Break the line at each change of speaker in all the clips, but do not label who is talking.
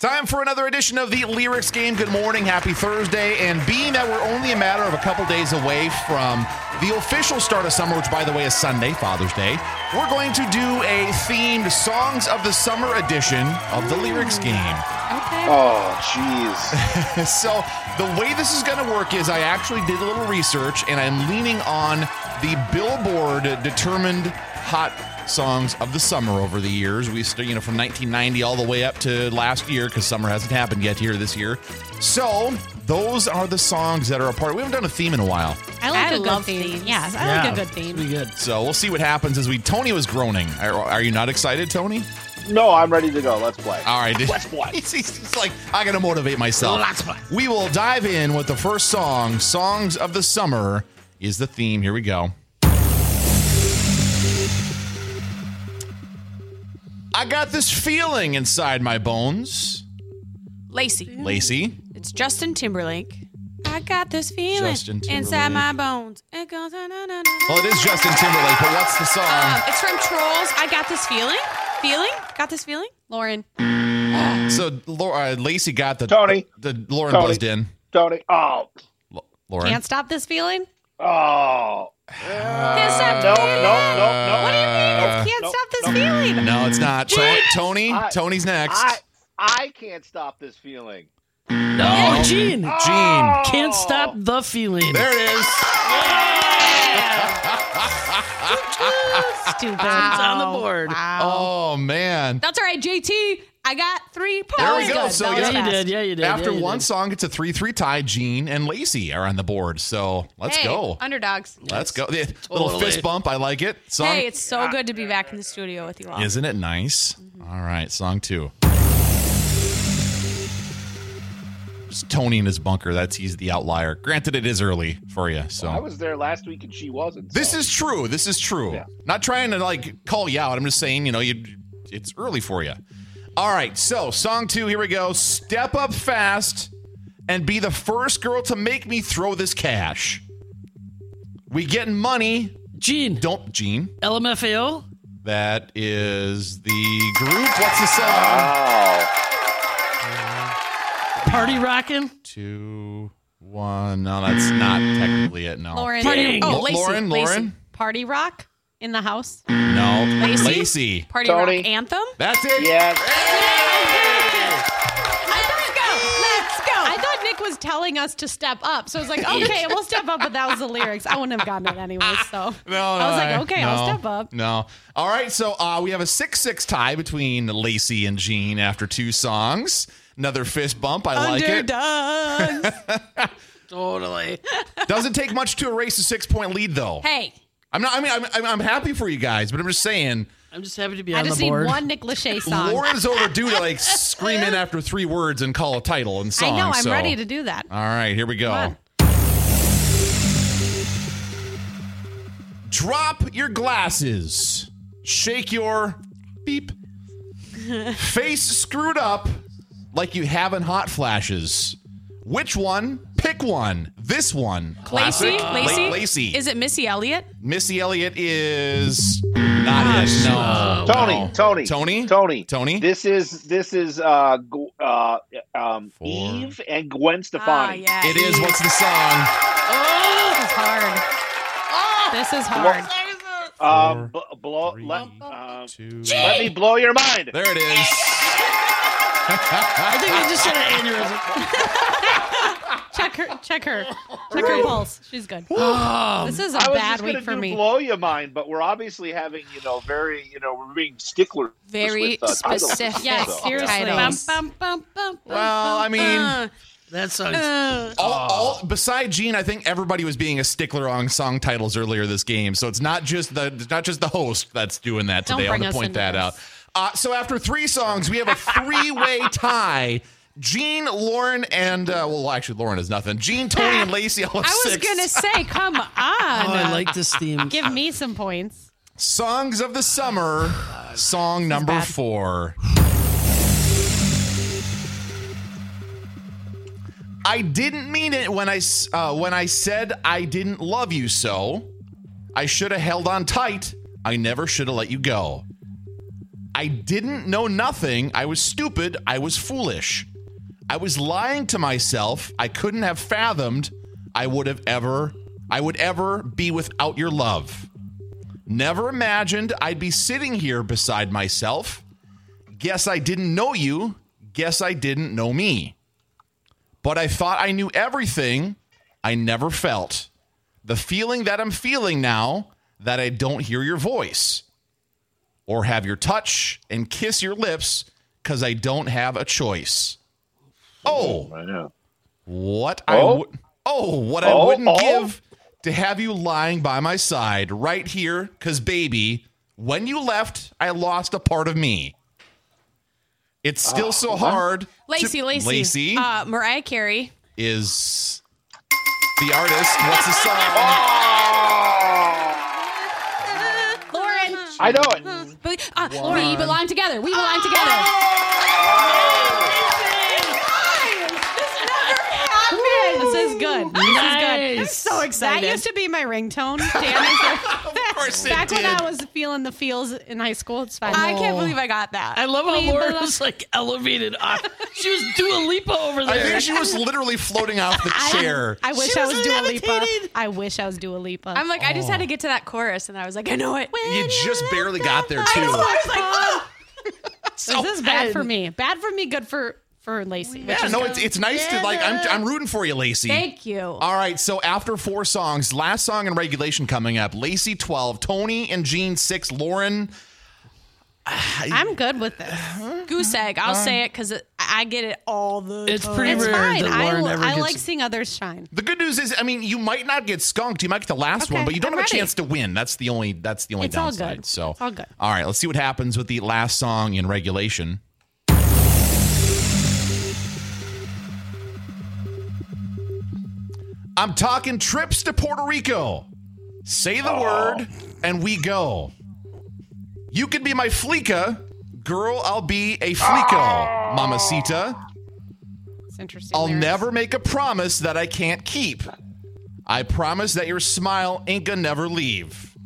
Time for another edition of the Lyrics Game. Good morning, happy Thursday. And being that we're only a matter of a couple days away from the official start of summer, which, by the way, is Sunday, Father's Day, we're going to do a themed Songs of the Summer edition of the Lyrics Game.
Okay.
Oh, jeez.
So the way this is going to work is I actually did a little research and I'm leaning on the Billboard determined hot songs of the summer over the years. We st- you know from 1990 all the way up to last year cuz summer hasn't happened yet here this year. So those are the songs that are a part. We haven't done a theme in a while.
I like
I
a good
love
theme.
themes.
Yes, I like a good
It's
theme.
pretty good.
So we'll see what happens as we Tony was groaning. Are, are you not excited, Tony?
No, I'm ready to go. Let's play.
All right.
Let's play.
He's, he's- he's like, I gotta motivate myself. We will dive in with the first song, "Songs of the Summer," is the theme. Here we go. I got this feeling inside my bones,
Lacey.
Lacey.
It's Justin Timberlake. I got this feeling
Justin
inside
Timberlake.
my bones. It goes na, na, na, na.
Well, it is Justin Timberlake, but what's the
Um,
song?
it's from Trolls. I got this feeling. Feeling? Got this feeling? Lauren.
So Laura, uh, Lacey got the
Tony.
The, Lauren
Tony.
buzzed in.
Tony. Oh.
L- Lauren.
Can't stop this feeling.
Oh.
This up
No, no,
feeling.
no, no.
What do you mean?
Can't
Nope,
stop this
nope.
feeling.
Uh, No, it's not. To- Tony.
I-
Tony's next.
I, I can't stop this feeling.
No.
Gene.
Gene.
Oh.
Can't stop
The feeling.
There it is.
Stupid.
on the board.
Oh man.
That's all right, JT. I got three points.
There we go. So
Yeah,
yeah,
you did. Yeah, you did.
after
yeah, you
one
did.
song, it's a three-three tie. Gene and Lacey are on the board. So let's
Hey,
go.
Underdogs.
Let's go. Yeah, Little
Totally.
fist bump. I like it. Song.
Hey, it's so good to be back in the studio with you all.
Isn't it nice? All right, song two. It's Tony in his bunker. That's he's the outlier. Granted, it is early for you. So
I was there last week and she wasn't. so-
This is true. This is true.
Yeah.
Not trying to like call you out. I'm just saying, you know, you it's early for you. All right. So, song 2, here we go. Step up fast and be the first girl to make me throw this cash. We getting money.
Gene,
Don't Gene.
LMFAO.
That is the group. What's the song?
Oh.
Party rocking.
Two, one. No, that's not technically it. No.
Lauren.
Party.
Oh,
Lo-
Lacey.
Lauren,
Lacey.
Lauren? Mm.
Party rock in the house.
No.
Lacey?
Lacey.
Party
Tony.
Rock Anthem?
That's it.
Yes.
Let's go. I thought Nick was telling us to step up. So I was like, okay, we'll step up, but that was the lyrics. I wouldn't have gotten it anyway. So
No,
I was
no,
like, okay, I'll
no,
step up.
No. All right. So uh, we have a 6 6 tie between Lacey and Gene after two songs. Another fist bump. I like it.
Underdogs.
Totally.
Doesn't take much to erase a six point lead, though.
Hey,
I'm not, I mean, I'm, I'm, I'm happy for you guys, but I'm just saying,
I'm just happy to be
I
on
just
the
need
board.
one Nick Lachey song.
Lauren's overdue to like scream in after three words and call a title and
I
song.
know. I'm
so-
ready to do that.
All right. Here we go.
Come
Drop your glasses. Shake your beep. Face screwed up like you haven't hot flashes. Which one? Pick one. This one.
Lacey?
Classic.
Lacey?
La- Lacey.
Is it Missy Elliott?
Missy Elliott is not it. No.
Tony,
No.
Tony,
Tony.
Tony,
Tony.
This is this is uh, G- uh um
Four.
Eve and Gwen
Ah,
Stefani.
yeah.
It is. What's the song?
Oh!
This is hard. This is hard.
Um,
Four,
b- blow,
three,
let, um,
two-
let me blow your mind.
There it is.
I think I just had an aneurysm.
Check her. Check her. Check her pulse. She's good. this is a
I was
bad
just gonna
week for
do
me.
blow your mind, but we're obviously having you know very you know we're being sticklers.
Very
with, uh, titles and
specific.
Yes,
stuff.
seriously.
Titles. Bum, bum, bum, bum, bum,
Well, I
bum,
mean- uh,
bum.
That song.
Uh.
All, all, beside Gene, I think everybody was being a stickler on song titles earlier this game. So it's not just the it's not just the host that's doing that
Don't
today. I want
bring
to
us
point
into
that
this.
out. Uh, so after three songs, we have a three-way tie. Gene, Lauren, and uh, well, actually, Lauren is nothing. Gene, Tony, and Lacey all have
I was
six
gonna say, come on.
oh, I like this theme.
Give me some points.
songs of the summer. Song number
bad.
four. I didn't mean it when I s- uh, when I said I didn't love you so. I should have held on tight. I never should have let you go. I didn't know nothing. I was stupid. I was foolish. I was lying to myself. I couldn't have fathomed I would have ever I would ever be without your love. Never imagined I'd be sitting here beside myself. Guess I didn't know you. Guess I didn't know me. But I thought I knew everything I never felt. The feeling that I'm feeling now that I don't hear your voice or have your touch and kiss your lips because I don't have a choice. Oh,
I know.
what I
Oh.
would oh what I
Oh,
wouldn't
oh.
give to have you lying by my side right here because baby, when you left, I lost a part of me. It's still so
Uh,
hard.
Lacey,
to-
Lacey.
Lacey
Uh, Mariah Carey.
is the artist. What's the song?
Oh,
Lauren,
I know it.
But, uh,
we belong together. We belong together. This is good. This is good.
Nice.
so excited. That used to be my ringtone. Dan,
Of course it
back when
did.
I was feeling the feels in high school, it's fine.
I can't believe I got that.
I love how
We
Laura
belong-
was like elevated off. She was Dua Lipa over
I
there.
think she was literally floating off the chair.
I wish
She
I
was
was Dua Lipa.
levitated.
I wish I was Dua Lipa.
I'm like, I just had to get to that chorus, and I was like, I know it.
You just barely got there
I, know, I
too.
was like, oh.
this is bad for me. Bad for me. Good for for Lacey. which
Yeah,
is
no,
good.
it's it's nice to like. I'm I'm rooting for you, Lacey.
Thank you.
All right, so after four songs, last song in regulation coming up. Lacey twelve, Tony and Jean six, Lauren.
I'm good with this.
Goose egg. I'll say it because I get it all the
It's
time.
pretty
It's
rare
fine.
that
I,
Lauren
will-
ever
I
gets-
like seeing others shine.
The good news is, I mean, you might not get skunked. You might get the last one,
Okay,
but you don't
I'm
have a
ready.
chance to win. That's the only. That's the only
It's all
downside.
good.
So
It's all good.
All right, let's see what happens with the last song in regulation. I'm talking trips to Puerto Rico. Say the word, and we go. You can be my fleeka, girl. I'll be a fleeko, mamacita.
It's interesting.
I'll
lyrics.
never make a promise that I can't keep. I promise that your smile ain't gonna never leave.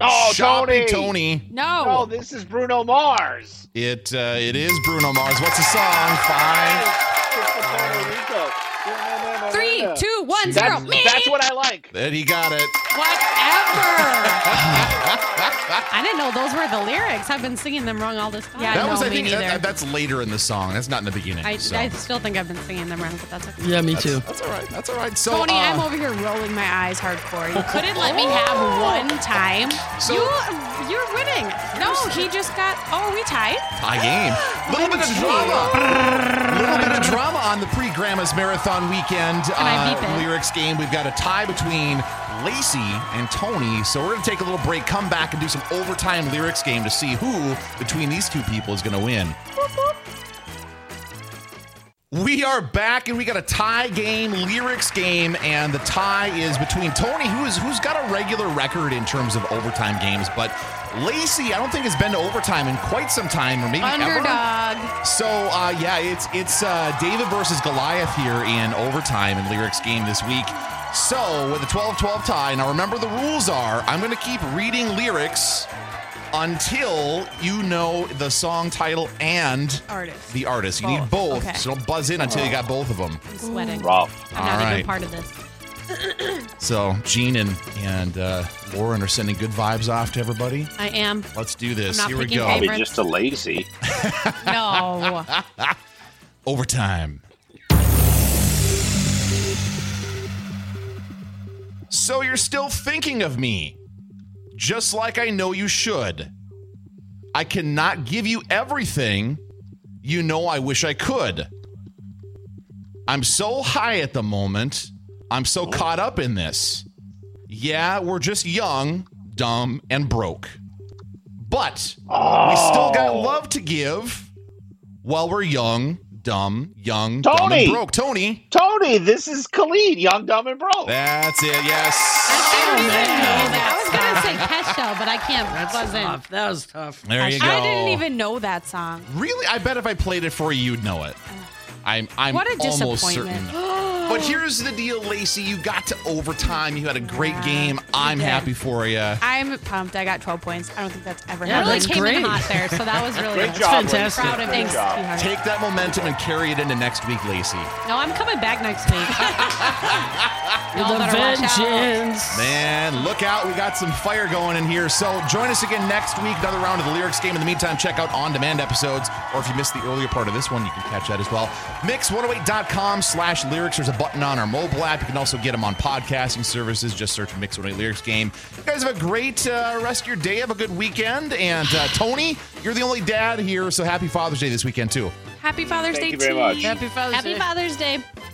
Oh,
Shop me,
Tony.
Tony.
No.
No, this is Bruno Mars.
It uh, it is Bruno Mars. What's the song? Fine.
It's the Puerto Rico. No, no, no, no,
Three,
no.
two, one, zero.
That's,
Me.
that's what I like.
That he got it.
Whatever.
I didn't know those were the lyrics. I've been singing them wrong all this time.
Yeah,
That
no,
was I
me
think
neither.
that, that's later in the song. That's not in the beginning.
I,
so.
I still think I've been singing them wrong, but that's okay.
Yeah, me too.
that's all right. That's all right. So,
Tony,
uh,
I'm over here rolling my eyes hardcore. You couldn't let me have one time.
Oh. so
You, you're winning.
No, he just got. Oh, are we tied?
I game. Little bit of drama. Little bit of drama on the pre Grandma's Marathon weekend Uh,
I beep it?
lyrics game. We've got a tie between Lacey and Tony. So we're going to take a little break, come back, and do some overtime lyrics game to see who between these two people is going to win. We are back and we got a tie game, lyrics game, and the tie is between Tony, who is who's got a regular record in terms of overtime games, but Lacey, I don't think has been to overtime in quite some time, or maybe ever.
Underdog.
So uh, yeah, it's it's uh, David versus Goliath here in overtime in lyrics game this week. So with a 12-12 tie, now remember the rules are: I'm going to keep reading lyrics until you know the song title and
Artist.
the artist. You need both,
Both. Okay.
so don't buzz in until you got both of them.
I'm sweating.
Rough.
I'm not
Alright.
even part of this.
So Gene and and uh, Lauren are sending good vibes off to everybody.
I am.
Let's do this.
I'm not
Here we
picking
go.
favorites.
a lazy.
No.
overtime. So you're still thinking of me, just like I know you should. I cannot give you everything you know I wish I could. I'm so high at the moment. I'm so caught up in this. Yeah, we're just young, dumb, and broke. But we still got love to give while we're young, dumb, young, dumb,
Tony!
and broke. Tony.
Tony, this is Khalid, Young, Dumb, and Broke.
That's it. Yes.
I don't even know that. I was gonna say Kesha, but I can't buzz in.
Tough. That was tough.
There you go.
I didn't even know that song.
Really, I bet if I played it for you, you'd know it. I'm. I'm
What a
almost certain.
disappointment.
But here's the deal, Lacey. You got to overtime. You had a great game. I'm happy for you.
I'm pumped. I got 12 points. I don't think that's ever
I really
happened.
that's
came in
great.
hot there, so that was really
Great
nice.
job,
fantastic.
Proud of
Great
you.
job.
sweetheart.
Take that momentum and carry it into next week, Lacey.
No, I'm coming back next week. Y'all
the
better watch out.
vengeance.
Man, look out. We got some fire going in here. So join us again next week, another round of the lyrics game. In the meantime, check out on demand episodes. Or if you missed the earlier part of this one, you can catch that as well. Mix108.com slash lyrics. There's a button on our mobile app. You can also get them on podcasting services. Just search Mix108 Lyrics Game. You guys have a great uh, rest of your day. Have a good weekend. And uh, Tony, you're the only dad here. So happy Father's Day this weekend, too.
Happy Father's
Thank
Day
you very
to
much.
you.
Happy Father's
Happy
Day.
Father's Day.